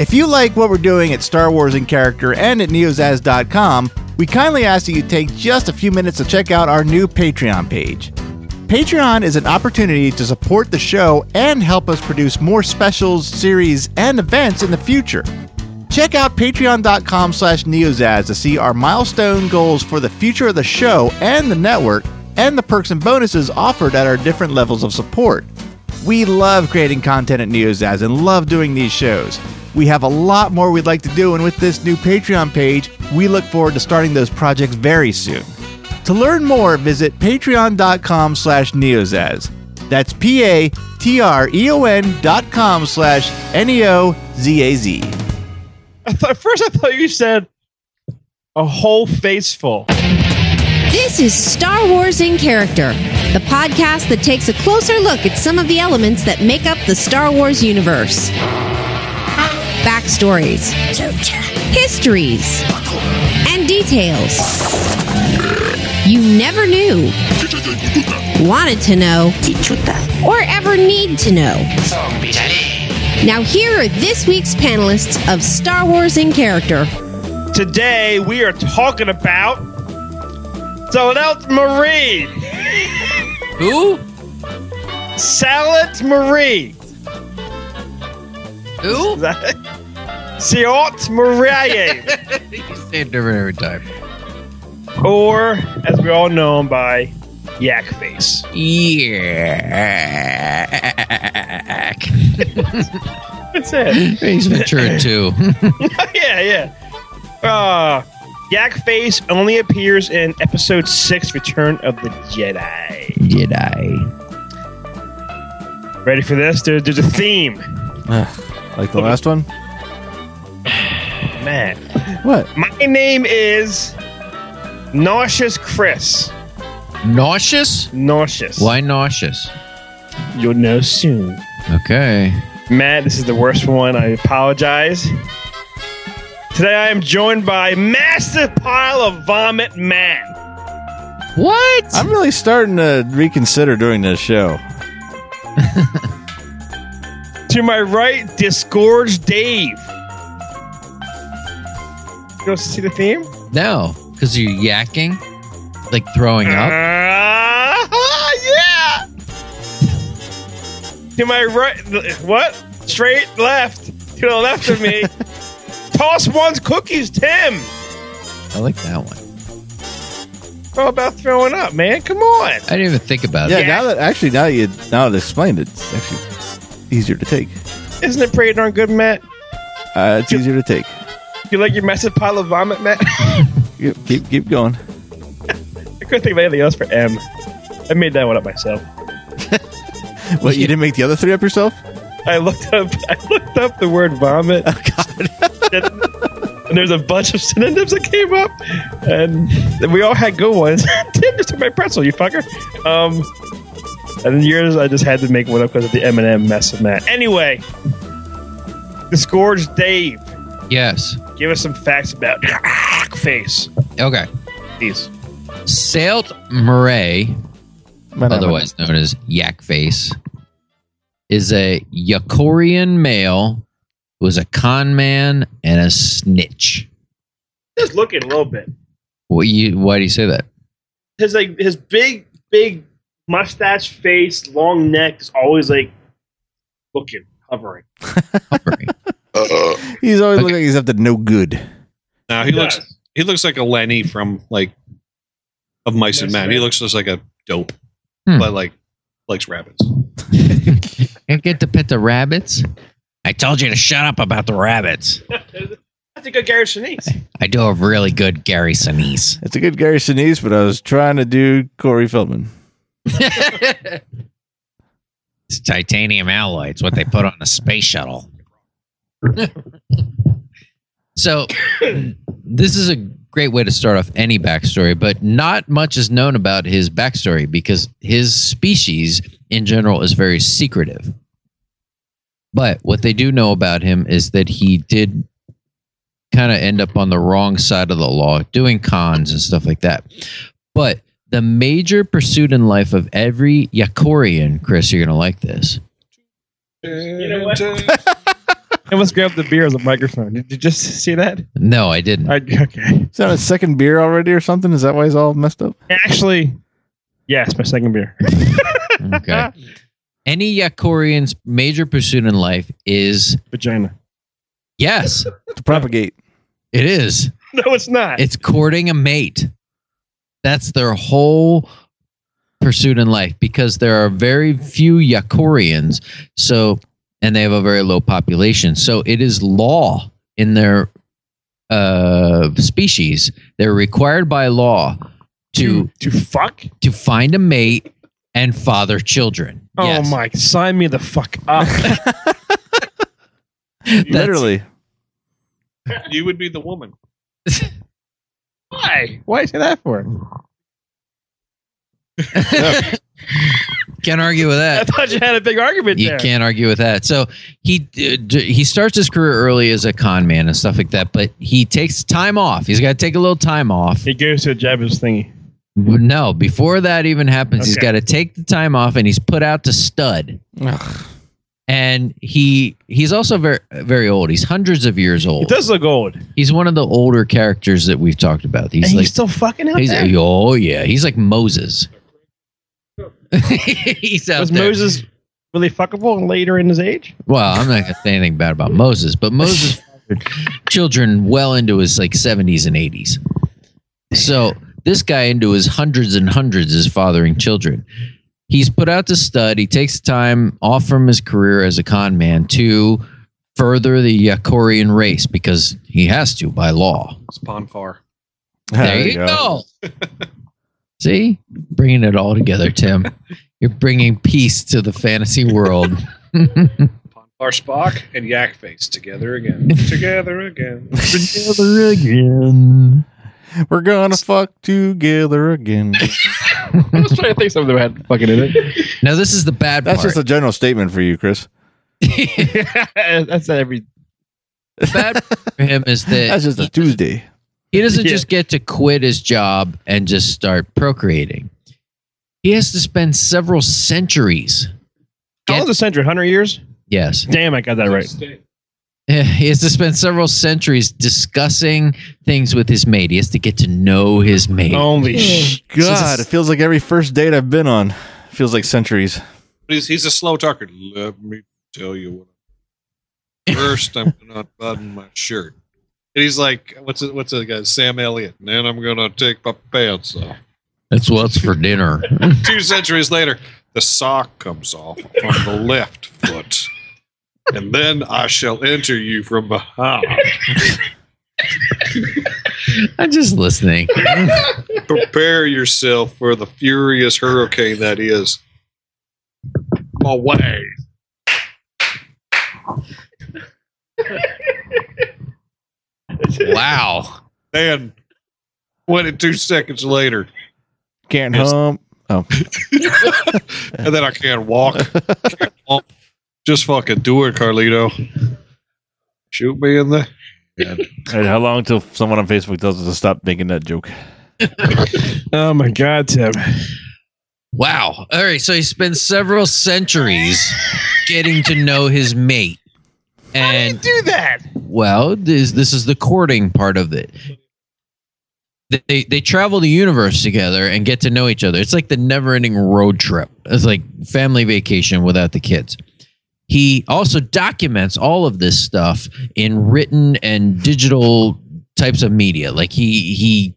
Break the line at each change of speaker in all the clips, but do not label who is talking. If you like what we're doing at Star Wars in Character and at neozaz.com, we kindly ask that you take just a few minutes to check out our new Patreon page. Patreon is an opportunity to support the show and help us produce more specials, series, and events in the future. Check out patreon.com slash neozaz to see our milestone goals for the future of the show and the network and the perks and bonuses offered at our different levels of support. We love creating content at NeoZaz and love doing these shows. We have a lot more we'd like to do, and with this new Patreon page, we look forward to starting those projects very soon. To learn more, visit patreon.com slash neozaz. That's P-A-T-R-E-O-N E dot com slash E N-E-O-Z-A-Z.
I thought, at first, I thought you said a whole face full.
This is Star Wars in Character, the podcast that takes a closer look at some of the elements that make up the Star Wars universe. Backstories, histories, and details you never knew, wanted to know, or ever need to know. Now, here are this week's panelists of Star Wars in Character.
Today we are talking about Salad Marie.
Who?
Salad Marie.
Who?
Salad Marie.
you say it different every time.
or, as we all know him by, Yak Face.
Yeah.
That's it.
He's mature too.
yeah, yeah. Uh, Yak Face only appears in Episode 6 Return of the Jedi.
Did I?
Ready for this? There, there's a theme.
Like the last one?
Man.
What?
My name is Nauseous Chris.
Nauseous?
Nauseous.
Why nauseous?
You'll know soon.
Okay.
Matt, this is the worst one. I apologize. Today I am joined by massive pile of vomit man.
What?
I'm really starting to reconsider doing this show.
To my right, disgorge Dave. You want to see the theme?
no, because you're yakking, like throwing up.
Ah, yeah. To my right, what? Straight left. To the left of me. Toss one's cookies, Tim.
I like that one.
How about throwing up, man? Come on.
I didn't even think about
Yeah,
it.
now that actually now you now that I explained it, it's actually easier to take.
Isn't it pretty darn good, Matt?
Uh, it's easier to take.
You like your massive pile of vomit, Matt?
Keep- Keep keep going.
I couldn't think of anything else for M. I made that one up myself.
What you didn't make the other three up yourself?
I looked up. I looked up the word vomit. and, and there's a bunch of synonyms that came up, and we all had good ones. Tim just took my pretzel, you fucker. Um, and then yours, I just had to make one up because of the M and M mess with Matt. Anyway, the scourge Dave,
Yes.
give us some facts about face.
Okay.
Please.
Sailed Murray otherwise known as Yak Face, is a Yakorian male who is a con man and a snitch.
Just looking a little bit.
What you, why do you say that?
his like his big big mustache face long neck is always like looking hovering
Hovering.
He's always
Okay.
looking like he's up to no good.
No, he looks
does.
he looks like a Lenny from like of Mice and Men. He looks just like a dope,
Hmm.
but like likes rabbits.
I get to pet the rabbits. I told you to shut up about the rabbits.
that's a good Gary Sinise.
I do a really good Gary Sinise.
It's a good Gary Sinise, but I was trying to do Corey Feldman.
it's titanium alloy. It's what they put on the space shuttle. so, this is a great way to start off any backstory, but not much is known about his backstory because his species in general is very secretive. But what they do know about him is that he did kind of end up on the wrong side of the law, doing cons and stuff like that. But the major pursuit in life of every Yakorian, Chris, you're going to like this,
know what? I almost grabbed the beer as a microphone. Did you just see that?
No, I didn't.
I, okay.
Is that his second beer already or something? Is that why he's all messed up?
Actually, yes, my second beer.
Okay. Any Yakorian's major pursuit in life is
Vagina.
yes,
To propagate.
it is.
No, it's not.
It's courting a mate. That's their whole pursuit in life because there are very few Yakorians. So, and they have a very low population. So it is law in their uh, species. They're required by law to
to fuck?
to find a mate and father children. Yes.
Oh my! Sign me the fuck up.
That's-
Literally.
You would be the woman.
Why? Why you say that for?
Can't argue with
I
that.
thought you had a big argument
Uh, You
there.
can't argue with that. So he d- d- he starts his career early as a con man and stuff like that, but he takes time off. He's got to take a little time off.
He goes to a Jabba's thingy.
No, before that even happens, he's
Okay.
got to take the time off, and he's put out to stud.
Ugh.
And he he's also very very old. He's hundreds of years
He
old.
does look old,
He's one of the older characters that we've talked about. He's
and
like
he's still fucking out
he's
there.
oh yeah, he's like Moses. he's out
Was
there.
Moses really fuckable later in his age?
Well, I'm not gonna say anything bad about Moses, but Moses fathered children well into his like 70s and 80s. So this guy into his hundreds and hundreds is fathering children. He's put out to stud. He takes time off from his career as a con man to further the Yakorian race because he has to by law.
It's Ponfar.
There you go. See, bringing it all together, Tim. You're bringing peace to the fantasy world.
Ponfar Spock and Yak Face together again. together again.
Together again. We're gonna fuck together again.
I was trying to think something that had fucking in it.
now, this is the bad
That's
part.
just a general statement for you, Chris.
That's not every.
bad for him is that
That's just
he,
a Tuesday.
he doesn't
Yeah.
just get to quit his job and just start procreating. He has to spend several centuries.
How old is Sandra? Hundred years?
Yes.
Damn, I got that right.
Eh, He has to spend several centuries discussing things with his mate. He has to get to know his mate.
Holy sh!
God, it feels like every first date I've been on feels like centuries.
He's, he's a slow talker. Let me tell you what. First, I'm going to unbutton my shirt. And he's like, what's it, what's the guy? Sam Elliott. And then I'm going to take my pants off.
That's what's for dinner.
Two centuries later, the sock comes off on the left foot. And then I shall enter you from behind.
I'm just listening.
Prepare yourself for the furious hurricane that is away.
Wow.
Then, 22 seconds later,
Can't
Yes.
hump. Oh,
and then I can't walk. Can't walk. Just fucking do it, Carlito. Shoot me in the.
And how long till someone on Facebook tells us to stop making that joke?
Oh my god, Tim.
Wow. All right. So he spends several centuries getting to know his mate. And
Do that.
Well, this this is the courting part of it. They they travel the universe together and get to know each other. It's like the never-ending road trip. It's like family vacation without the kids. He also documents all of this stuff in written and digital types of media. Like he he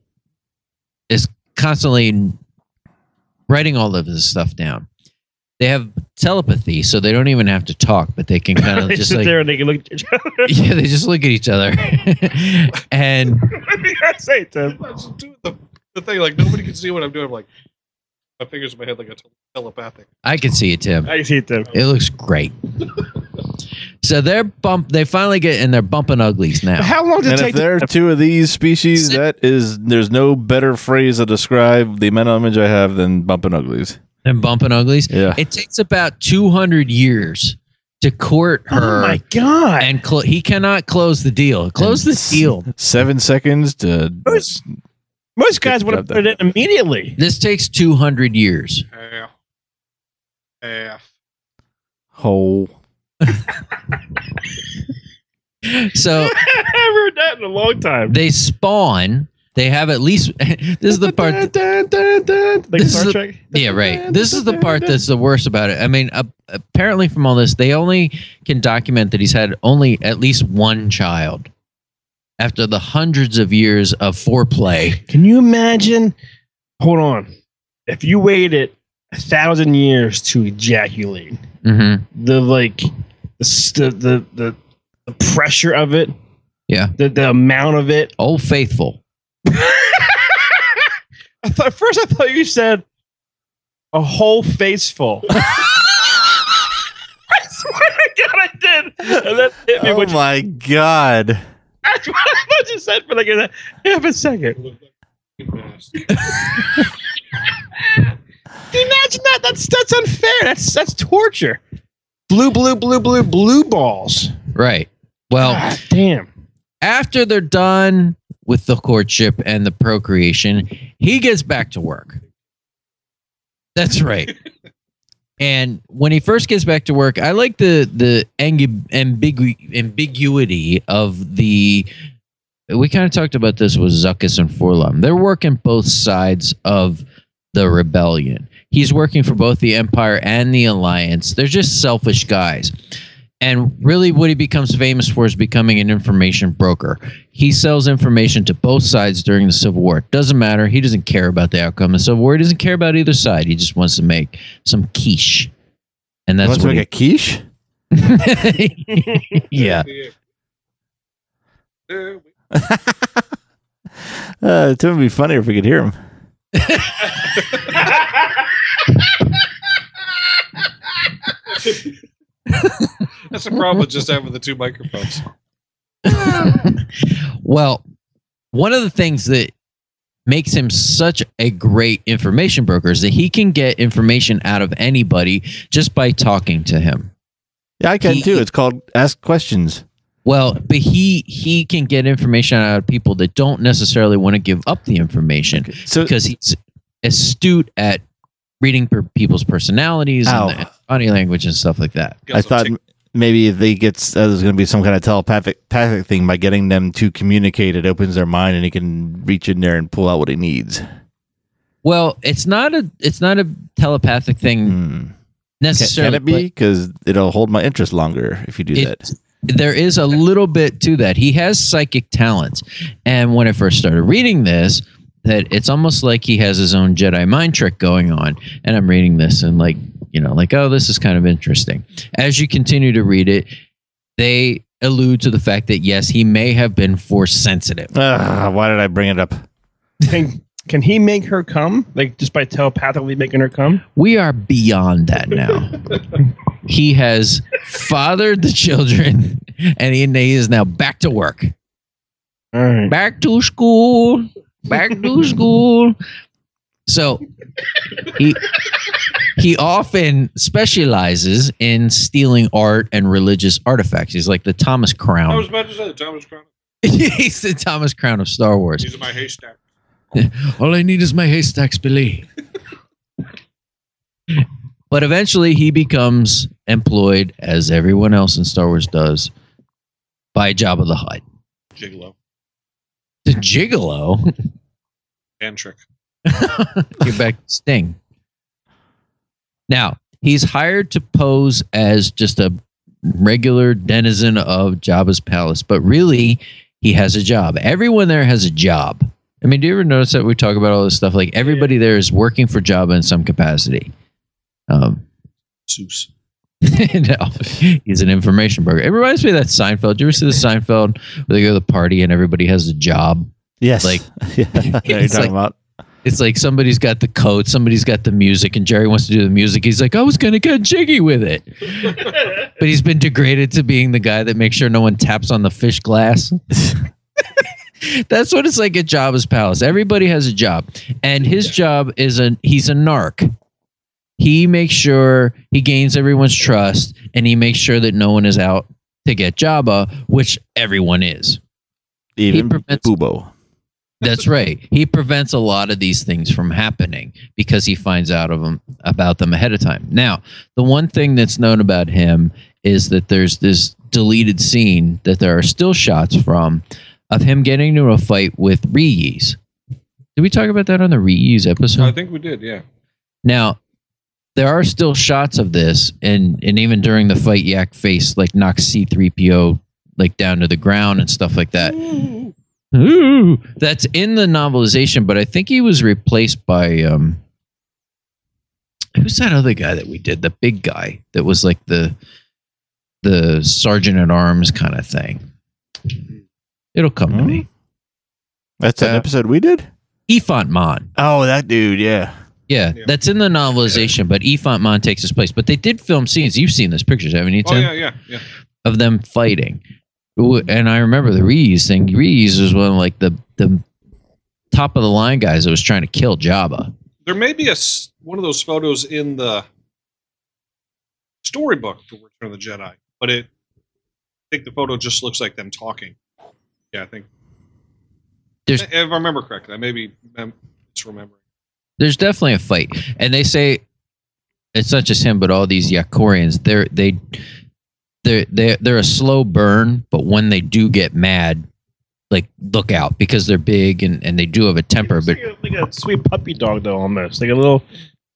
is constantly writing all of this stuff down. They have telepathy, so they don't even have to talk, but they can kind of
They
just
sit
like
there and they can look at each other.
yeah, they just look at each other. and
what do you gotta say, Tim?
I'm just doing the, the thing, like, nobody can see what I'm doing. I'm like, my fingers in my head, like, a telepathic.
I can see it, Tim.
I see it, Tim.
It looks great. So they're bump. They finally get and they're bumping uglies now.
How long
And
does it
if
take?
there are
To,
two of these species,
Sit-
that is, there's no better phrase to describe the mental image I have than bumping uglies.
They're bumping uglies.
Yeah.
It takes about two hundred years to court her,
oh my god!
and clo- he cannot close the deal. Close the deal.
Seven seconds to.
Most, most guys
Good
would
job,
have put it in immediately.
This takes two hundred years.
Half. Half.
Whole.
So
I haven't heard that in a long time.
they spawn. They have at least. This is the part. That,
like
this
Star
is the-
Trek.
yeah, right. This is the part that's the worst about it. I mean, uh, apparently, from all this, they only can document that he's had only at least one child after the hundreds of years of foreplay.
Can you imagine? Hold on. If you waited a thousand years to ejaculate,
Mm-hmm.
the like the s- the the, the, the pressure of it,
Yeah.
the, the amount of it.
Old Oh, Faithful.
I thought, at first, I thought you said a whole face full. I swear to God, I did. And that hit me.
Oh
which,
my god.
that's what I thought you said for like a half a second. Can you imagine that? That's that's unfair. That's that's torture. Blue, blue, blue, blue, blue balls.
Right.
Oh.
Well.
God damn.
after they're done with the courtship and the procreation, he gets back to work. That's right. and when he first gets back to work, I like the the ambi- ambigu- ambiguity of the. We kind of talked about this with Zuckus and Forlum. They're working both sides of the rebellion. He's working for both the Empire and the Alliance. They're just selfish guys. And really, what he becomes famous for is becoming an information broker. He sells information to both sides during the Civil War. It doesn't matter. He doesn't care about the outcome of the Civil War. He doesn't care about either side. He just wants to make some quiche. And that's
Wants to
what
make a quiche?
he, Yeah.
There we-
Uh, it would be funnier if we could hear him.
That's the problem with just having the two microphones.
Well, one of the things that makes him such a great information broker is that he can get information out of anybody just by talking to him.
Yeah, I can
He-
too. It's called Ask Questions.
Well, but he he can get information out of people that don't necessarily want to give up the information
So
because he's astute at reading per- people's personalities
Ow.
and the body language and stuff like that.
I thought maybe they get uh, there's going to be some kind of telepathic pathic thing by getting them to communicate. It opens their mind and he can reach in there and pull out what he needs.
Well, it's not a it's not a telepathic thing
Hmm. Can,
necessarily.
can it be? Because it'll hold my interest longer if you do
It-
that.
there is a little bit to that. He has psychic talents. And when I first started reading this, that it's almost like he has his own Jedi mind trick going on. And I'm reading this and like, you know, like, oh, this is kind of interesting. As you continue to read it, they allude to the fact that yes, he may have been force sensitive.
Ah, why did I bring it up?
Can, can he make her come? Like just by telepathically making her come?
We are beyond that now. he has fathered the children and he, he is now back to work.
All right.
back to school back to school so he he often specializes in stealing art and religious artifacts he's like the thomas
I was
crown
about to say the Thomas Crown.
he's the thomas crown of star wars
These are my haystack.
all i need is my haystacks billy but eventually he becomes employed as everyone else in star wars does by Jabba the Hutt.
Gigolo.
The gigolo
Hand trick.
get back to Sting. Now he's hired to pose as just a regular denizen of Jabba's palace, but really he has a job. Everyone there has a job. I mean, do you ever notice that we talk about all this stuff? Like everybody there is working for Jabba in some capacity. Um,
Seuss.
no, he's an information broker. It reminds me of that Seinfeld. Do you ever see the Seinfeld where they go to the party and everybody has a job?
Yes,
Like-
yeah, I know what you're
It's
talking about.
It's like somebody's got the coat, somebody's got the music, and Jerry wants to do the music. He's like, I was going to get jiggy with it. but he's been degraded to being the guy that makes sure no one taps on the fish glass. That's what it's like at Jabba's Palace. Everybody has a job. And his job is a he's a narc. He makes sure he gains everyone's trust and he makes sure that no one is out to get Jabba, which everyone is.
Even
prevents-
Bubo.
That's right. He prevents a lot of these things from happening because he finds out of them about them ahead of time. Now, the one thing that's known about him is that there's this deleted scene that there are still shots from of him getting into a fight with Reese. Did we talk about that on the Reese episode?
I think we did, yeah.
Now, there are still shots of this, and and even during the fight, Yak face like knocks C three PO like down to the ground and stuff like that. Ooh, that's in the novelization, but I think he was replaced by um, who's that other guy that we did? The big guy that was like the the sergeant at arms kind of thing. It'll come to
Hmm.
me.
That's an
Uh,
episode we did.
Ifant Mon.
Oh, that dude. Yeah.
Yeah,
Yeah.
that's in the novelization, but Ifant Mon takes his place. But they did film scenes. You've seen those pictures, haven't you,
Oh
Tim?
yeah, yeah, yeah.
Of them fighting. Ooh, And I remember the Reese thing. Reese was one of like the the top of the line guys that was trying to kill Jabba.
There may be a s- one of those photos in the storybook for Return of the Jedi, but it I think the photo just looks like them talking. Yeah, I think
There's-
if I remember correctly, I maybe mem- misremembering.
There's definitely a fight, and they say it's not just him, but all these Yakorians. They're they they're they they're are a slow burn, but when they do get mad, like look out because they're big and and they do have a temper. But
Like a, like a sweet puppy dog, though, almost like a little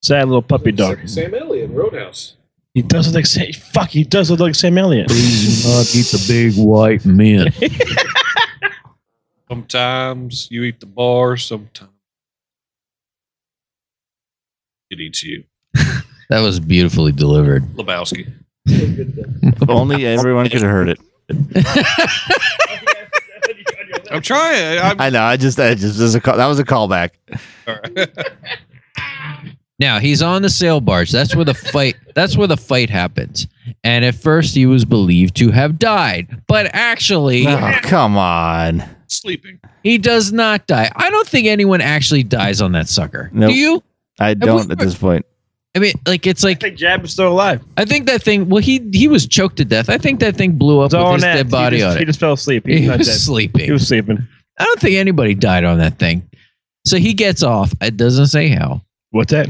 sad little puppy dog.
Sam Elliott, Roadhouse.
He does look like Sam, fuck. He does look like Sam Elliott.
Please do not eat the big white men.
Sometimes you eat the bar, sometimes it eats you.
That was beautifully delivered.
Lebowski.
If only everyone could have heard it.
I'm trying. I'm,
I know. I just, I just, this is a call, that was a callback.
Now he's on the sail barge. That's where the fight. That's where the fight happens. And at first, he was believed to have died, but actually,
Uh-huh.
Oh, come on.
sleeping.
he does not die. I don't think anyone actually dies on that sucker.
Nope.
Do you?
I don't at this point.
I mean, like it's
I
like
think Jab is still alive.
I think that thing. Well, he he was choked to death. I think that thing blew up
It's all
with
on
his
that.
dead body
he just,
on
he
it.
just fell asleep. He's
He
not
was
dead.
sleeping.
He was sleeping.
I don't think anybody died on that thing. So he gets off. It doesn't say how.
What's that?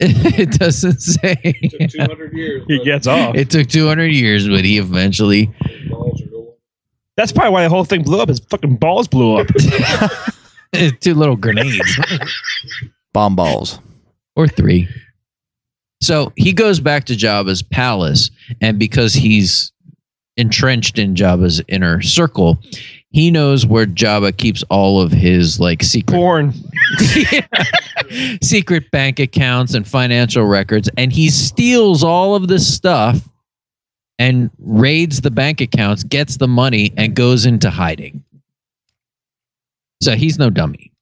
It doesn't say.
Took 200 years.
He gets off.
It took 200 years, but he eventually
That's probably why the whole thing blew up. His fucking balls blew up.
two little grenades
Bomb balls.
or three. So he goes back to Jabba's palace, and because he's entrenched in Jabba's inner circle, he knows where Jabba keeps all of his like secret
Porn.
secret bank accounts and financial records, and he steals all of this stuff and raids the bank accounts, gets the money, and goes into hiding. So he's no dummy.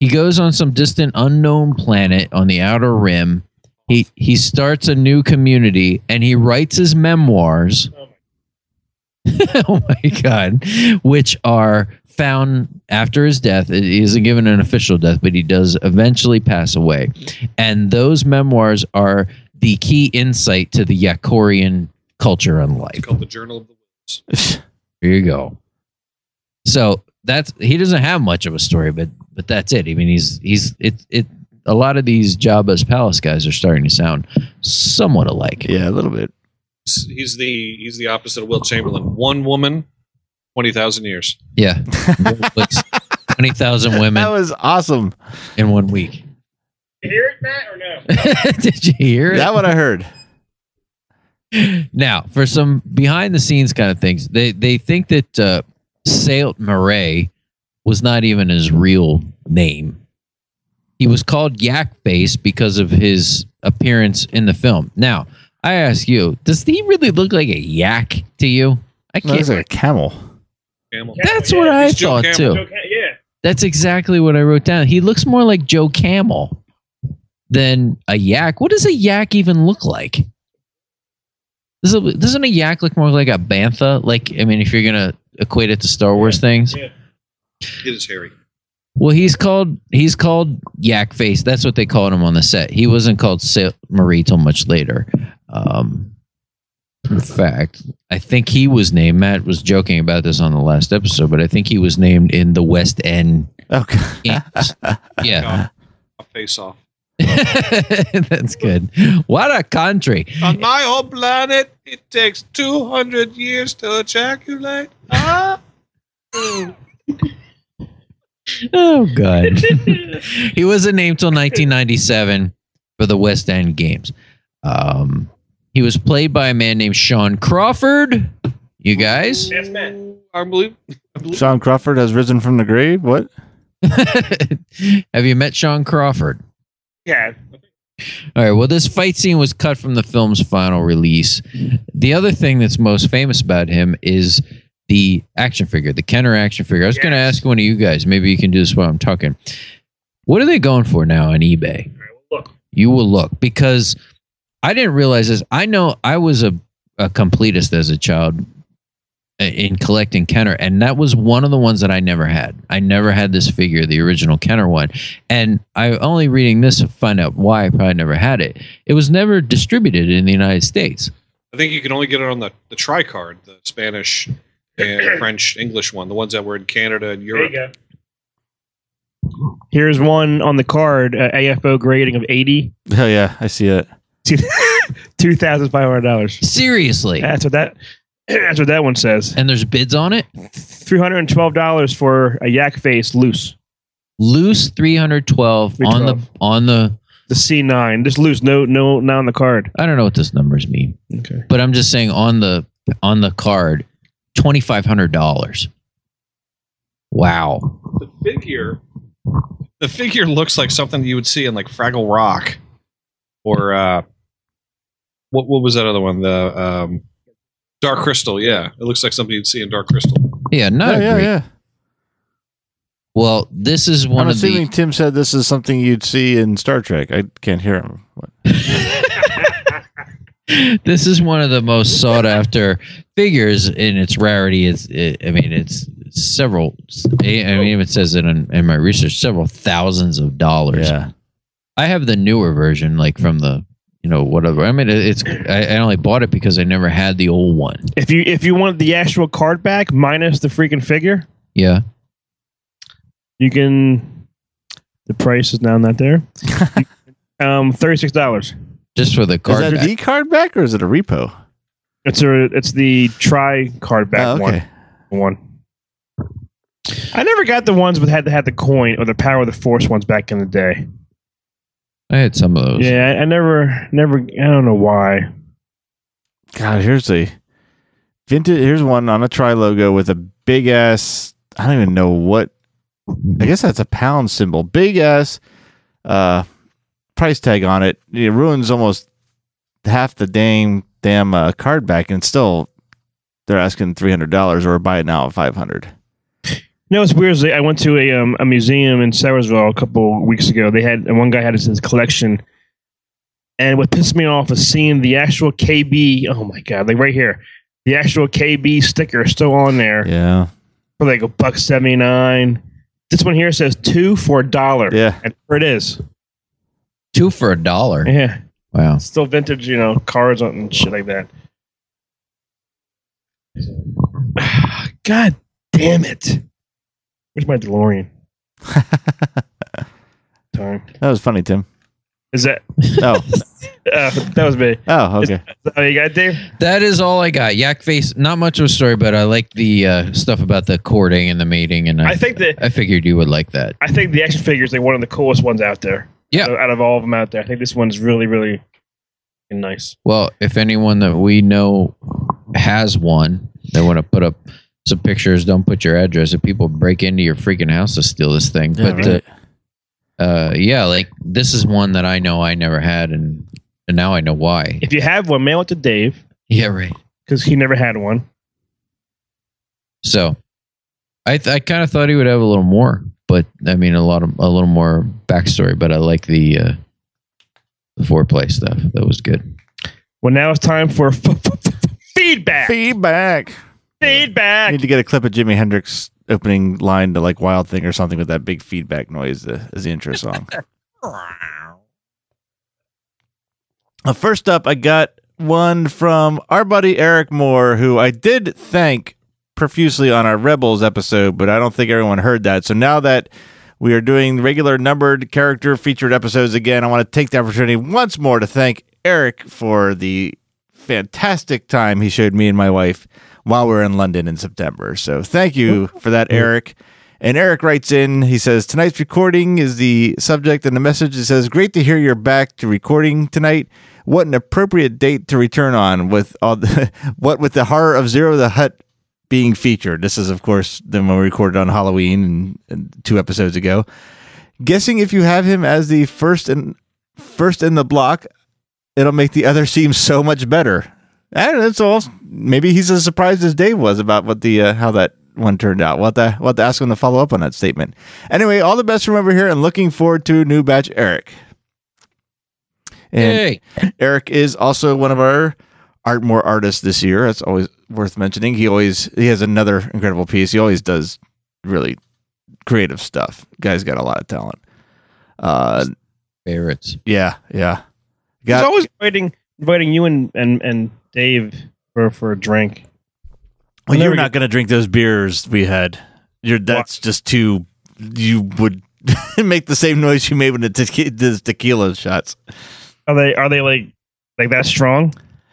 He goes on some distant unknown planet on the outer rim. He he starts a new community and he writes his memoirs. oh my god, which are found after his death. He isn't given an official death, but he does eventually pass away. And those memoirs are the key insight to the Yakorian culture and life.
It's called the Journal of the Woods.
Here you go. So that's he doesn't have much of a story, but but that's it. I mean, he's he's it it. A lot of these Jabba's palace guys are starting to sound somewhat alike.
Yeah, a little bit.
He's- He's the he's the opposite of Will Chamberlain. One woman, twenty thousand years.
Yeah, It's twenty thousand
That
women
was awesome.
in one week. Did you hear it?
That what I heard.
now for some behind the scenes kind of things they they think that uh Saint Murray was not even his real name he was called yak face because of his appearance in the film now i ask you does he really look like a yak to you i
No,
can't
it's like a camel.
Camel.
that's what i
He's Joe
thought too
Camel.
that's exactly what i wrote down he looks more like joe camel than a yak what does a yak even look like Does it- Doesn't a yak look more like a bantha? Like, I mean, if you're gonna equate it to Star Wars things,
It is hairy.
well, he's called he's called Yak Face. That's what they called him on the set. He wasn't called Saint Marie till much later. Um, in fact, I think he was named. Matt was joking about this on the last episode, but I think he was named in the West End
Oh, God.
Uh-huh.
games. yeah,
Face off.
That's good. What a country.
On my whole planet, it takes 200 years to ejaculate. Ah.
Oh god. he wasn't named till 1997 for the West End Games. Um, he was played by a man named Sean Crawford. You guys,
Yes, man.
Unbelievable.
Sean Crawford has risen from the grave. What?
have you met Sean Crawford?
Yeah.
All right. Well, this fight scene was cut from the film's final release. The other thing that's most famous about him is the action figure, the Kenner action figure. I was going to
Yes.
ask one of you guys. Maybe you can do this while I'm talking. What are they going for now on eBay?
Look.
You will look because I didn't realize this. I know I was a, a completist as a child i- uh, in collecting Kenner, and that was one of the ones that I never had. I never had this figure, the original Kenner one. And I only reading this to find out why I probably never had it. It was never distributed in the United States.
I think you can only get it on the, the tricard, the Spanish and French, English one, the ones that were in Canada and
There you
Europe.
go. Here's one on the card, uh, AFO grading of 80,
Hell yeah, I see it.
$2,500.
Seriously.
That's what that that's what that one says.
And there's bids on it.
$312 for a yak face loose.
Loose 312 on the
312.
on the
The C9, just loose, no no not on the card.
I don't know what those numbers mean,
Okay.
but I'm just saying on the on the card $2500. Wow.
The figure, the figure looks like something you would see in like Fraggle Rock, or uh, what what was that other one? The um, Dark Crystal. Yeah, it looks like something you'd see in Dark Crystal.
Yeah, not
Oh, yeah,
great-
yeah.
Well, this is one
I'm
of
assuming
the
Tim said this is something you'd see in Star Trek. I can't hear him. What?
this is one of the most sought after figures in its rarity. It's, it, I mean, it's several. I mean, it says it in, in my research, several thousands of dollars.
Yeah.
I have the newer version, like from the, you know, whatever. I mean, it's. I, I only bought it because I never had the old one.
If you if you want the actual card back minus the freaking figure,
Yeah.
you can the price is now not there. um $36.
Just for the
is
card.
that
back.
a D card back or is it a repo?
It's a it's the tri card back
Oh, okay.
one. one. I never got the ones with had to have the coin or the power of the force ones back in the day.
I had some of those.
Yeah, I, I never, never. I don't know why.
God, here's a vintage. Here's one on a tri logo with a big ass. I don't even know what. I guess that's a pound symbol. Big ass uh, price tag on it. It ruins almost half the dang damn uh, card back, and still they're asking three hundred dollars or buy it now at five hundred.
You know, it's weird. Is I went to a um, a museum in Sarasville a couple weeks ago. They had and one guy had his, his collection, and what pissed me off was seeing the actual KB. Oh my god! Like right here, the actual KB sticker is still on there
Yeah,
for like a buck seventy nine. This one here says two for a dollar.
yeah.
And there it is.
Two for a dollar.
Yeah.
Wow.
Still vintage, you know, cards and shit like that. God damn it. Where's my DeLorean? Time.
That was funny, Tim.
Is that
Oh,
uh, that was me.
oh, okay.
Oh, you got it, Dave?
That is all I got. Yak face. Not much of a story, but I like the uh, stuff about the courting and the mating, and I,
I think that
I figured you would like that.
I think the action figures like one of the coolest ones out there.
Yeah.
So out of all of them out there. I think this one's really, really nice.
Well, if anyone that we know has one, they want to put up some pictures. Don't put your address. If people break into your freaking house to steal this thing,
Yeah,
but
right.
uh, uh, yeah, like this is one that I know I never had, and and now I know why.
If you have one, mail it to Dave,
Yeah, right.
because he never had one.
So, I th- I kind of thought he would have a little more, but I mean a lot of a little more backstory. But I like the uh, the foreplay stuff. That was good.
Well, now it's time for f- f- f- feedback.
Feedback. I
feedback.
need to get a clip of Jimi Hendrix opening line to like Wild Thing or something with that big feedback noise uh, as the intro song. Uh, First up, I got one from our buddy Eric Moore, who I did thank profusely on our Rebels episode, but I don't think everyone heard that. So now that We are doing regular numbered character featured episodes again. I want to take the opportunity once more to thank Eric for the fantastic time he showed me and my wife while we were in London in September. So thank you for that, Eric. And Eric writes in, he says, Tonight's recording is the subject and the message. It says, Great to hear you're back to recording tonight. What an appropriate date to return on with all the, what with the horror of Zero the Hut being featured. This is, of course, then when we recorded on Halloween and, and two episodes ago. Guessing if you have him as the first in first in the block, it'll make the other seem so much better. I don't know. It's all maybe he's as surprised as Dave was about what the uh, how that one turned out. We'll have, to, we'll have to ask him to follow up on that statement. Anyway, all the best from over here, and looking forward to new batch Eric. And
Hey,
Eric is also one of our Artmore artists this year. That's always worth mentioning. He always he has another incredible piece. He always does really creative stuff. Guy's got a lot of talent. Uh,
favorites.
yeah, yeah.
He's
Got
always inviting, inviting you and, and, and Dave for, for a drink.
Well,
There
you're
we
not going to drink those beers we had. You're that's just too. You would make the same noise you made when the, te- the tequila shots.
Are they are they like like that strong?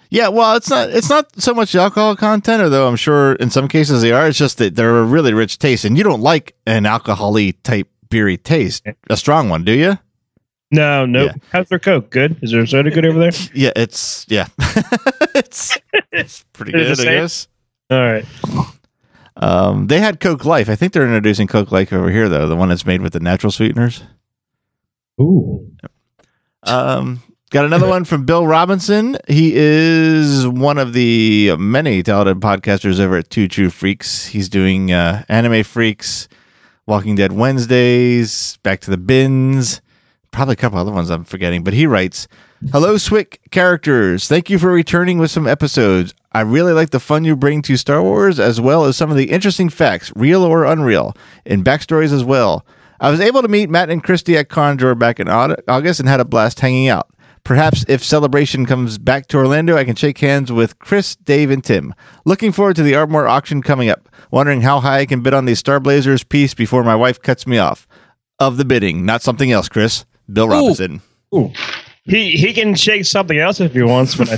Yeah, well, it's not it's not so much the alcohol content, although I'm sure in some cases they are. It's just that they're a really rich taste, and you don't like an alcoholy type beery taste, a strong one, do you?
No, nope. How's their Coke? Good. Is there soda good over there?
Yeah, it's yeah, it's it's pretty
They're the
good, I
same?
guess.
All right.
Um, they had Coke Life. I think they're introducing Coke Life over here though, the one that's made with the natural sweeteners.
Ooh.
Um, got another one from Bill Robinson. He is one of the many talented podcasters over at Two True Freaks. He's doing uh, Anime Freaks, Walking Dead Wednesdays, Back to the Bins, probably a couple other ones I'm forgetting. But he writes, "Hello, Swick characters. Thank you for returning with some episodes. I really like the fun you bring to Star Wars, as well as some of the interesting facts, real or unreal, in backstories as well." I was able to meet Matt and Christy at Condor back in Au- August and had a blast hanging out. Perhaps if Celebration comes back to Orlando, I can shake hands with Chris, Dave, and Tim. Looking forward to the Ardmore auction coming up. Wondering how high I can bid on the Star Blazers piece before my wife cuts me off. Of the bidding, not something else, Chris. Bill Robinson.
He he can shake something else if he wants, but I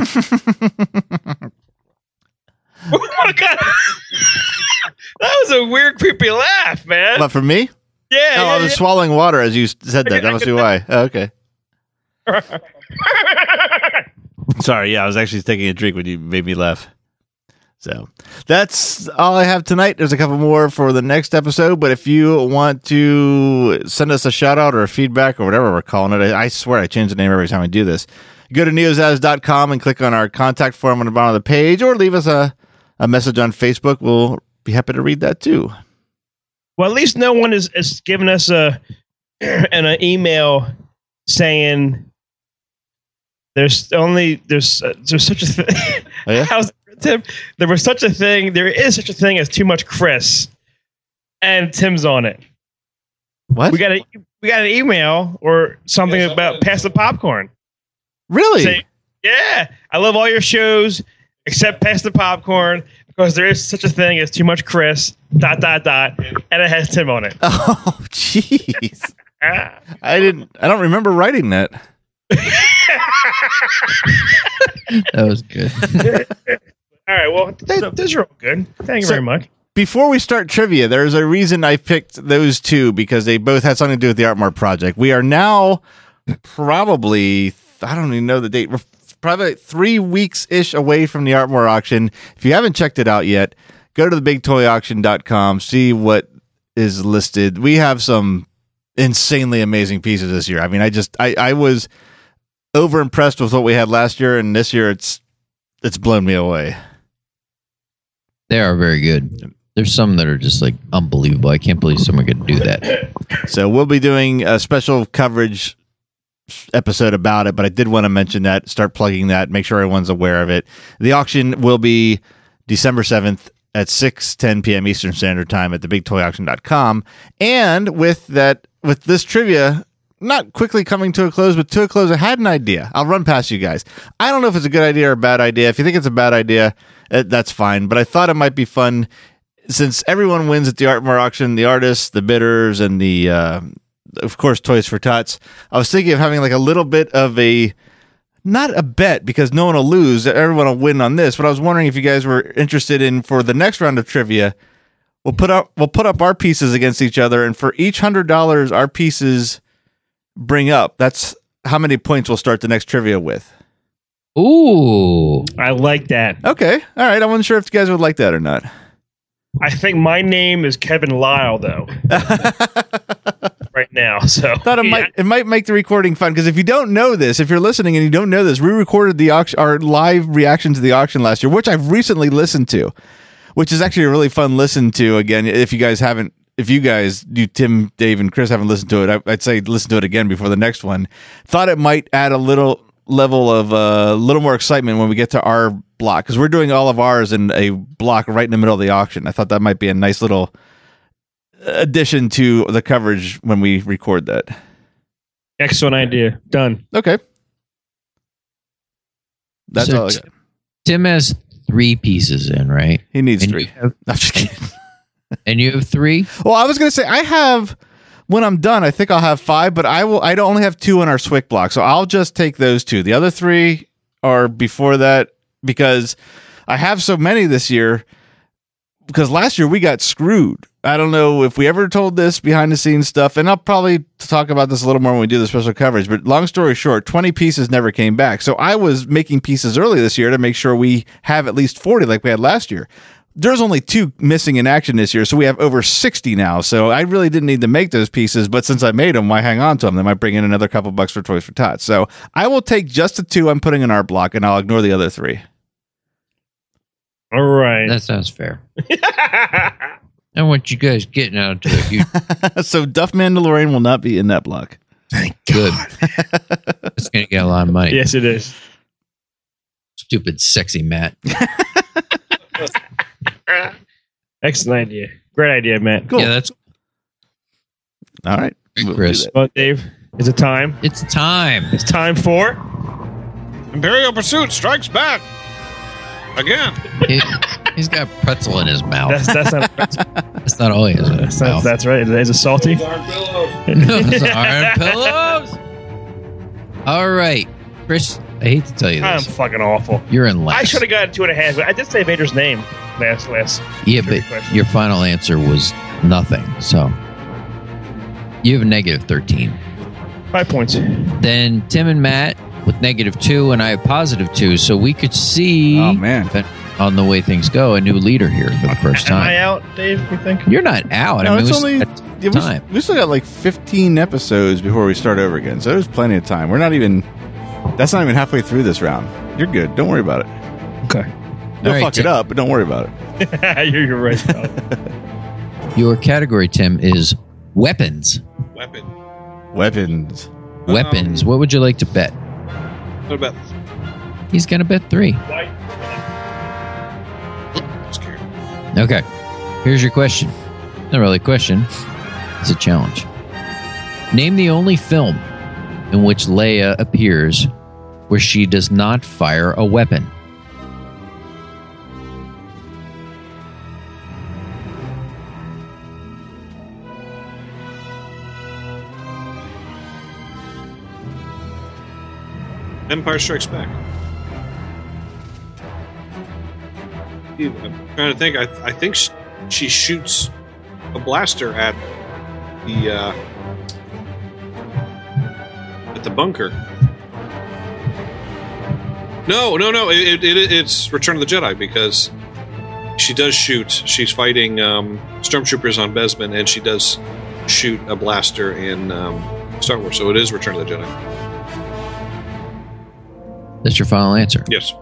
Oh my god. that was a weird creepy laugh, man.
But for me?
yeah,
Oh,
yeah,
I was
yeah.
swallowing water as you said that. That must be why. Oh, okay. Sorry, yeah, I was actually taking a drink when you made me laugh. So that's all I have tonight. There's a couple more for the next episode, but if you want to send us a shout out or feedback or whatever we're calling it, I, I swear I change the name every time I do this. Go to neozaz.com and click on our contact form on the bottom of the page or leave us a, a message on Facebook. We'll be happy to read that too.
well, at least no one is, is giving us a an uh, email saying there's only there's uh, there's such a thing.
Oh, yeah?
How's- Tim, there was such a thing. There is such a thing as too much Chris, and Tim's on it.
What?
We got a we got an email or something
Yeah,
about
something-
pass the popcorn.
really?
Say, yeah, I love all your shows except pass the popcorn because there is such a thing as too much Chris. Dot dot dot, and it has Tim on it.
Oh, jeez.
Ah.
I didn't. I don't remember writing that.
That was good.
All right, well, th- those are all good. Thank you
So-
very much.
Before we start trivia, there's a reason I picked those two because they both had something to do with the Artmart project. We are now probably I don't even know the date. We're probably three weeks ish away from the Artmore auction. If you haven't checked it out yet, go to thebigtoyauction.com, see what is listed. We have some insanely amazing pieces this year. I mean, I just I, I was over impressed with what we had last year, and this year it's it's blown me away.
They are very good. There's some that are just like unbelievable. I can't believe someone could do that.
So we'll be doing a special coverage episode about it, but I did want to mention that, start plugging that, make sure everyone's aware of it. The auction will be December 7th at 6 10 p.m. Eastern Standard Time at thebigtoyauction.com. And with that, with this trivia, not quickly coming to a close, but to a close, I had an idea. I'll run past you guys. I don't know if it's a good idea or a bad idea. If you think it's a bad idea, eh, that's fine. But I thought it might be fun since everyone wins at the Artmore auction, the artists, the bidders, and the uh, of course Toys for Tots. I was thinking of having like a little bit of a not a bet because no one will lose. Everyone will win on this. But I was wondering if you guys were interested in for the next round of trivia. We'll put up we'll put up our pieces against each other, and for each hundred dollars our pieces bring up, that's how many points we'll start the next trivia with.
Ooh.
I like that.
Okay, all right. I wasn't sure if you guys would like that or not.
I think my name is Kevin Lyle though right now. So
Thought it might it might make the recording fun because if you don't know this, if you're listening and you don't know this, we recorded the auction, our live reaction to the auction last year, which I've recently listened to, which is actually a really fun listen to. Again, if you guys haven't, if you guys, you Tim, Dave, and Chris haven't listened to it, I, I'd say listen to it again before the next one. Thought it might add a little level of a uh, little more excitement when we get to our block because we're doing all of ours in a block right in the middle of the auction. I thought that might be a nice little addition to the coverage when we record that.
excellent idea. Done.
Okay. That's
So
all I
t-
got.
Tim has three pieces in, right?
He needs
And
three.
you have,
I'm just kidding.
and you have three?
Well, I was gonna say I have when I'm done, I think I'll have five, but I will I don't only have two in our Swick block, so I'll just take those two. The other three are before that because I have so many this year. Because last year we got screwed. I don't know if we ever told this behind the scenes stuff, and I'll probably talk about this a little more when we do the special coverage. But long story short, 20 pieces never came back. So I was making pieces early this year to make sure we have at least 40 like we had last year there's only two missing in action this year, so we have over 60 now. So I really didn't need to make those pieces, but since I made them, why hang on to them? They might bring in another couple bucks for Toys for Tots. So I will take just the two I'm putting in our block, and I'll ignore the other three.
All right.
That sounds fair. I want you guys getting out to it. You
so Duff Mandalorian will not be in that block.
good. It's gonna get a lot of money.
yes, it is.
Stupid sexy Matt.
Excellent idea. Great idea, Matt.
Cool.
Yeah, that's
All right. We'll do
Chris.
that.
Well, Dave, is it time?
It's time.
It's time for
Imperial Pursuit strikes back again.
He, has got pretzel in his mouth.
that's that's not that's,
That's not all he has in his
that's,
mouth.
that's right. Is it salty?
No, it's iron pillows. All right, Chris. I hate to tell you
I'm
this.
fucking awful.
You're in last.
I should have gotten two and a half. but I did say Vader's name last last.
Yeah,
Trick
but
question.
your final answer was nothing. So you have negative 13.
Five points.
Then Tim and Matt with negative two, and I have positive two. So we could see
Oh, man.
on the way things go a new leader here for the first
Am I
time.
out, Dave? You think?
You're not out.
No,
I mean,
it's
it was-
only. yeah, we,
time.
we still got like 15 episodes before we start over again, so there's plenty of time. We're not even. That's not even halfway through this round. You're good. Don't worry about it.
Okay.
You'll
right,
fuck it
Tim.
up, but don't worry about it.
you're, you're right. pal.
your category, Tim, is weapons.
Weapon.
Weapons.
Weapons. What would you like to bet?
What about
He's going to bet three.
scared?
Okay. Here's your question. Not really a question, it's a challenge. Name the only film in which Leia appears where she does not fire a weapon.
Empire Strikes Back. Dude, I'm trying to think. I, I think sh- she shoots a blaster at the uh, at the bunker. No, no, no. It, it, it, it's Return of the Jedi because she does shoot. She's fighting um, stormtroopers on Bespin, and she does shoot a blaster in um, Star Wars. So it is Return of the Jedi.
That's your final answer.
Yes.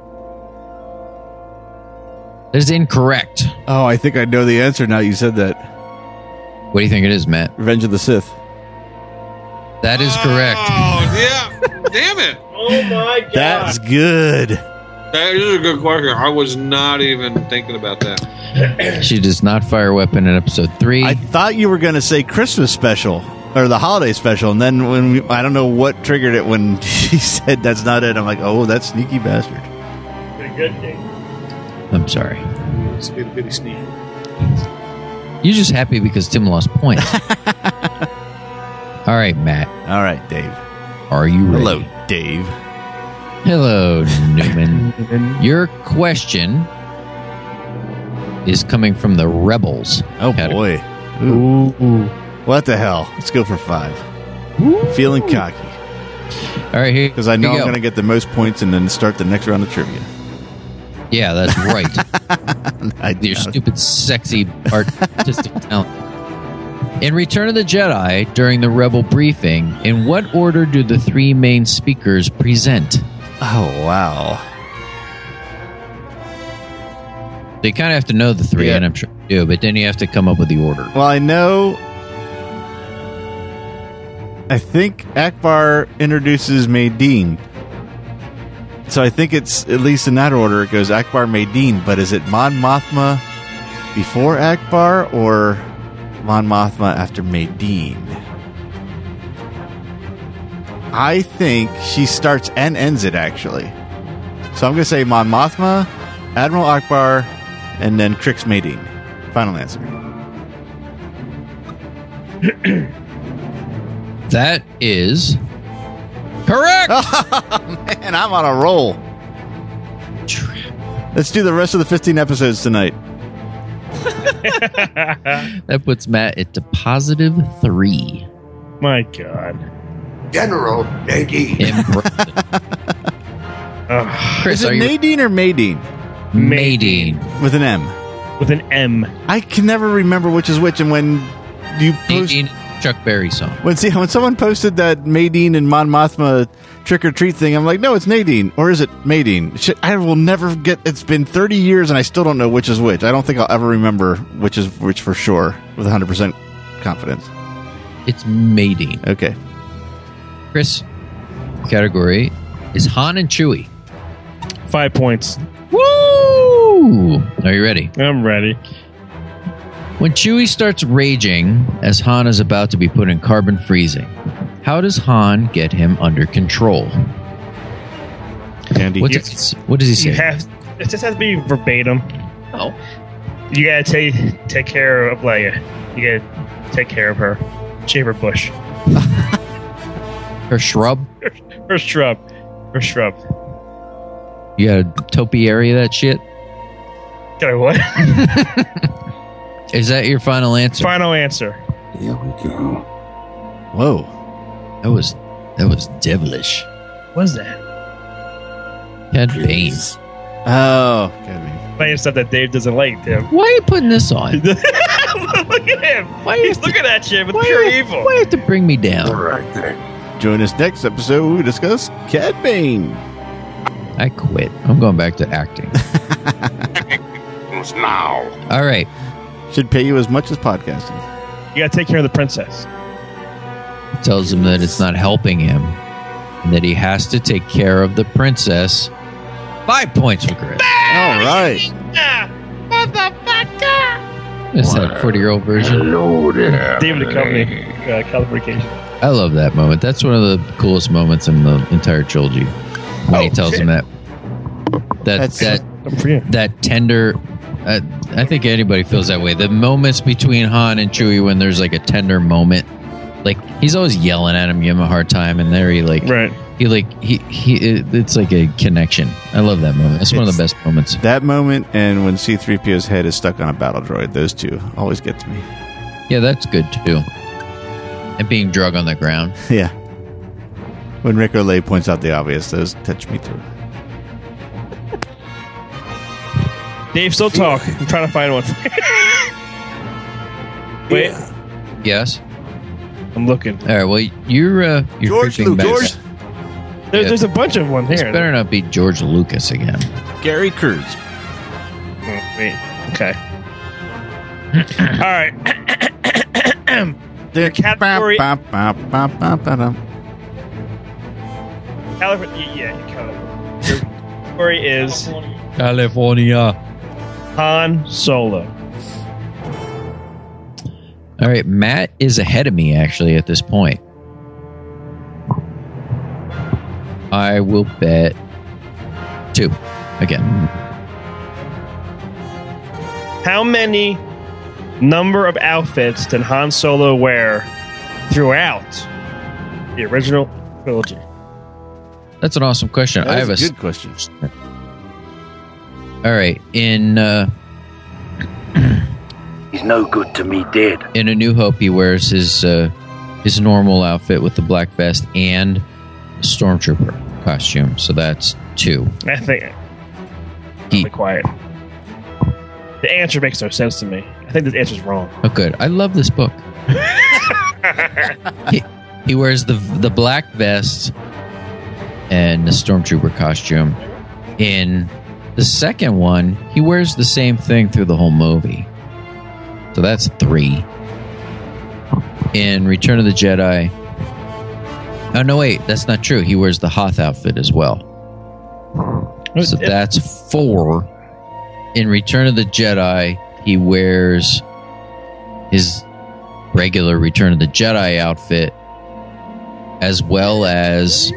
That is incorrect.
Oh, I think I know the answer now. You said that.
What do you think it is, Matt?
Revenge of the Sith.
That is correct.
Oh yeah! Damn it!
oh my god.
That's good.
That is a good question. I was not even thinking about that.
She does not fire a weapon in episode three.
I thought you were going to say Christmas special or the holiday special, and then when we, I don't know what triggered it when she said that's not it. I'm like, oh, that sneaky bastard.
Pretty good, Dave.
I'm sorry.
It's a bitty bitty sneak.
You're just happy because Tim lost points. All right, Matt.
All right, Dave.
Are you ready?
Hello, Dave.
Hello, Newman. Your question is coming from the Rebels.
Oh
category.
boy. Ooh. What the hell? Let's go for five. Feeling cocky
All right, here
because I know
you
I'm
go.
going to get the most points and then start the next round of trivia.
Yeah, that's right.
I
Your stupid, sexy, artistic talent. In Return of the Jedi, during the Rebel briefing, in what order do the three main speakers present?
Oh wow.
They kind of have to know the three,
Yeah.
and I'm sure you do, but then you have to come up with the order.
Well, I know. I think Akbar introduces Maydeen. So I think it's at least in that order. It goes Akbar Maydeen, but is it Mon Mothma before Akbar or Mon Mothma after Maydeen? I think she starts and ends it actually. So I'm going to say Mon Mothma, Admiral Akbar, and then Crix Maydeen. Final answer.
That is correct.
Oh, man, I'm on a roll. Let's do the rest of the 15 episodes tonight.
That puts Matt at a positive three.
My God.
General Nagy.
Impressive.
Ugh,
Chris,
Is
are
it
you
Nadine or Maydeen
mating?
with an M?
with an M.
I can never remember which is which. And when you post,
Nadine, Chuck Berry song.
when see when someone posted that Maydeen and Mon Mothma trick or treat thing, I'm like, no, it's Nadine or is it Maydeen? Shit, I will never get. It's been 30 years and I still don't know which is which. I don't think I'll ever remember which is which for sure with 100 percent confidence.
It's mating.
Okay,
Chris, category is Han and Chewie.
Five points.
Woo! Are you ready?
I'm ready.
When Chewie starts raging as Han is about to be put in carbon freezing, how does Han get him under control?
Andy.
What's
You-
it's- what does he say?
You have. It just has to be verbatim.
Oh.
You gotta take take care of Leia. You gotta take care of her. Shave her bush.
Her shrub?
Her shrub. Her shrub.
You got a topiary of that shit?
Got a what?
Is that your final answer?
Final answer.
Here we go.
Whoa.
That was that was devilish.
What's that?
Cad Bane.
Oh, Kevin.
Playing stuff that Dave doesn't like, Tim.
Why are you putting this on?
Look at him.
Why are you
He's looking at you with
why
pure
you,
evil.
Why you have to bring me
All
down?
right then.
Join us next episode. where We discuss Cad Bane.
I quit. I'm going back to acting.
It's now.
All right.
Should pay you as much as podcasting.
You gotta take care of the princess.
tells him that it's not helping him and that he has to take care of the princess. Five points for Chris.
All right.
It's that 40 year old version.
Hello there.
Damn the company. Uh, calibrication.
I love that moment. That's one of the coolest moments in the entire trilogy when he
Oh,
tells
shit.
him that. That,
That's-
that
I'm for you.
that tender. Uh, I think anybody feels that way. The moments between Han and Chewie when there's like a tender moment, like he's always yelling at him, giving him a hard time, and there he like
Right.
he like he he. It, it's like a connection. I love that moment. It's, one of the best moments.
That moment and when C3PO's head is stuck on a battle droid, those two always get to me.
Yeah, that's good too. And being drug on the ground.
yeah. When Rick Olay points out the obvious, those touch me too.
Dave, still talk. I'm trying to find one. Wait,
Yes.
I'm looking.
All right. Well, you're uh, you're creeping back.
George
There,
Yeah.
There's a bunch of one
This
here.
better not be George Lucas again.
Gary Cruz.
Oh, wait. Okay. All right.
The
category-
Ba-ba-ba-ba-ba-dum.
Calif- y- yeah, you count. Your category is
California.
Han Solo.
All right. Matt is ahead of me actually at this point. I will bet two again.
How many number of outfits did Han Solo wear throughout the original trilogy?
That's an awesome question. I have a, s-
good question.
all right in uh,
He's no good to me dead.
in A New Hope. He wears his uh, his normal outfit with the black vest and the stormtrooper costume. So that's two.
I think.
He-
Be quiet. The answer makes no sense to me. I think the answer's wrong.
Oh, good. I love this book. he, he wears the the black vest and the stormtrooper costume. In the second one, he wears the same thing through the whole movie. So that's three. In Return of the Jedi. Oh no, wait, that's not true. He wears the Hoth outfit as well. So that's four. In Return of the Jedi, he wears his regular Return of the Jedi outfit, as well as.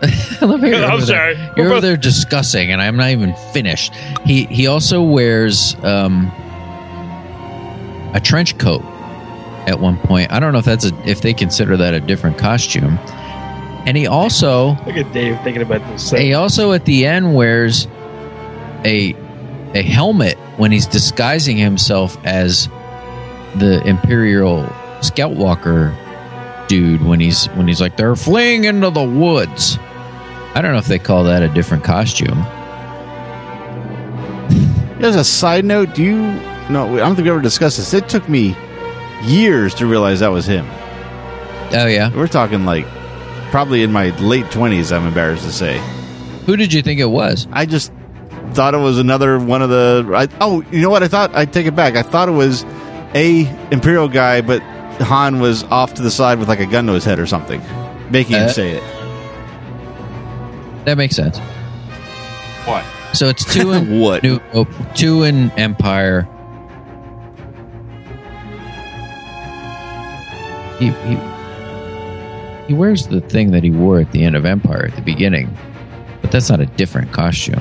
I love how you're
I'm
over there-
sorry.
You're
We're
over
both-
there discussing, and I'm not even finished. He he also wears um, a trench coat at one point. I don't know if that's a if they consider that a different costume. And he also
Look at Dave thinking about this.
he also at the end wears a a helmet when he's disguising himself as the Imperial Scout Walker dude when he's when he's like they're fleeing into the woods. I don't know if they call that a different costume.
As a side note, do you? No, I don't think we ever discussed this. It took me years to realize that was him.
Oh yeah.
We're talking like probably in my late twenties. I'm embarrassed to say.
Who did you think it was?
I just thought it was another one of the. I, oh, you know what? I thought I take it back. I thought it was a Imperial guy, but Han was off to the side with like a gun to his head or something, making him
Uh,
say it.
That makes sense.
What?
So it's two in
What?
New Hope, two in Empire. He, he he wears the thing that he wore at the end of Empire at the beginning, but that's not a different costume.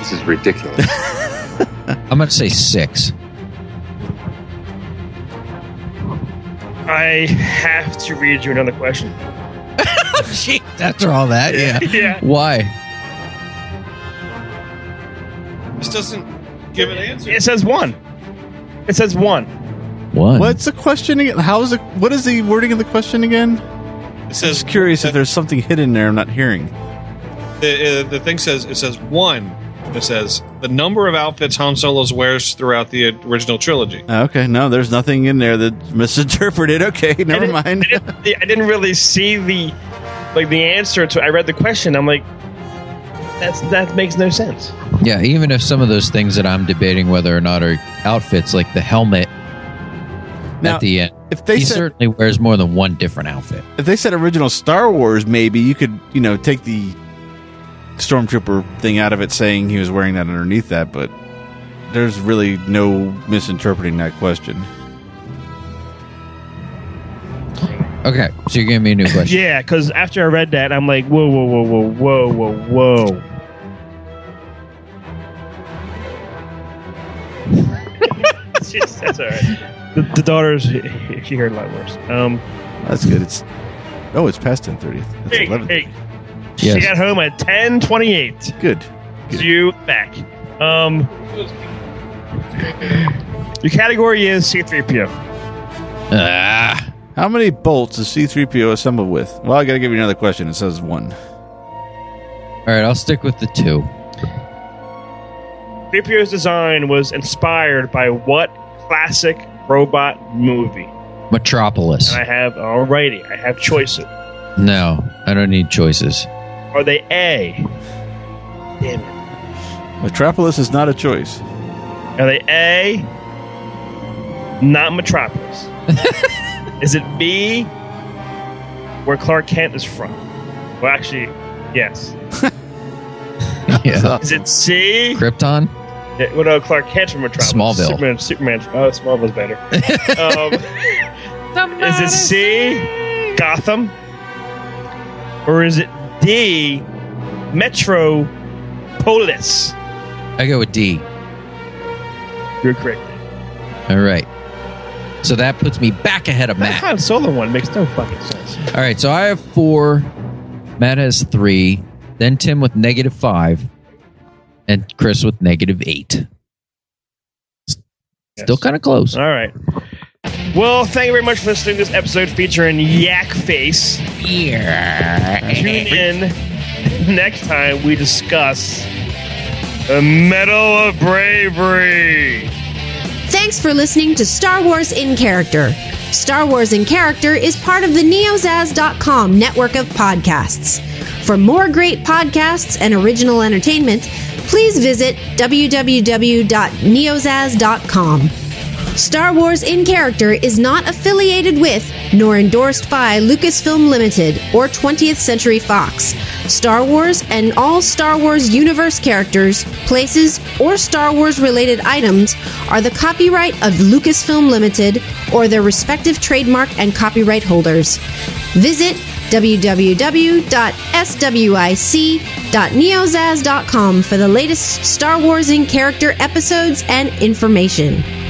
This is ridiculous.
I'm gonna say six.
I have to read you another question.
Gee, After all that, yeah.
yeah.
Why?
This doesn't give an answer.
It says one. It says one.
One.
What's the question again? How is it? What is the wording of the question again?
It
I'm
says
just curious if there's something hidden there I'm not hearing.
the, uh, the thing says it says one. It says the number of outfits Han Solo's wears throughout the original trilogy.
Oh, Okay, no, there's nothing in there that misinterpreted. Okay, never
didn't-
mind.
I didn't, I didn't really see the like the answer to. I read the question. I'm like, that's that makes no sense.
Yeah, even if some of those things that I'm debating whether or not are outfits, like the helmet
Now,
at the end,
If they
he
said
certainly wears more than one different outfit.
if they said original Star Wars, maybe you could you know take the stormtrooper thing out of it, saying he was wearing that underneath that. But there's really no misinterpreting that question.
Okay, so you're giving me a new question.
Yeah, because after I read that, I'm like, whoa, whoa, whoa, whoa, whoa, whoa, whoa. It's just- That's all right. The, the daughter's she heard a lot worse. Um,
That's good. It's oh, it's past ten thirty. That's
hey,
eleven.
hey, she
Yes.
got home at ten twenty-eight.
Good.
You back. Um, your category is C3PO.
Ah.
How many bolts is C-3PO assembled with? Well, I got to give you another question. It says one.
All right, I'll stick with the two.
3PO's design was inspired by what classic robot movie?
Metropolis.
And I have already. I have choices.
No, I don't need choices.
Are they A? Damn it.
Metropolis is not a choice.
Are they A? Not Metropolis. is it B? Where Clark Kent is from? Well, actually, yes.
yeah.
Is it C?
Krypton?
Yeah, well, no, Clark Kent from Metropolis.
Smallville.
Superman, Superman. Oh, Smallville's better. um, is it C, Gotham? Or is it D, Metro Polis.
I go with D.
You're correct.
All right. So that puts me back ahead of
That
Matt.
Han Solo one makes no fucking sense.
All right, so I have four. Matt has three. Then Tim with negative five. And Chris with negative eight. S- Still
Yes.
kind of close.
All right. Well, thank you very much for listening to this episode featuring Yak Face. Tune in next time we discuss the Medal of Bravery.
Thanks for listening to Star Wars in Character. Star Wars in Character is part of the neozaz.com network of podcasts. For more great podcasts and original entertainment, please visit www.neozaz.com. Star Wars in Character is not affiliated with nor endorsed by Lucasfilm Limited or 20th Century Fox. Star Wars and all Star Wars universe characters, places, or Star Wars related items are the copyright of Lucasfilm Limited or their respective trademark and copyright holders. Visit E www.swic.neozaz.com for the latest Star Wars in character episodes and information.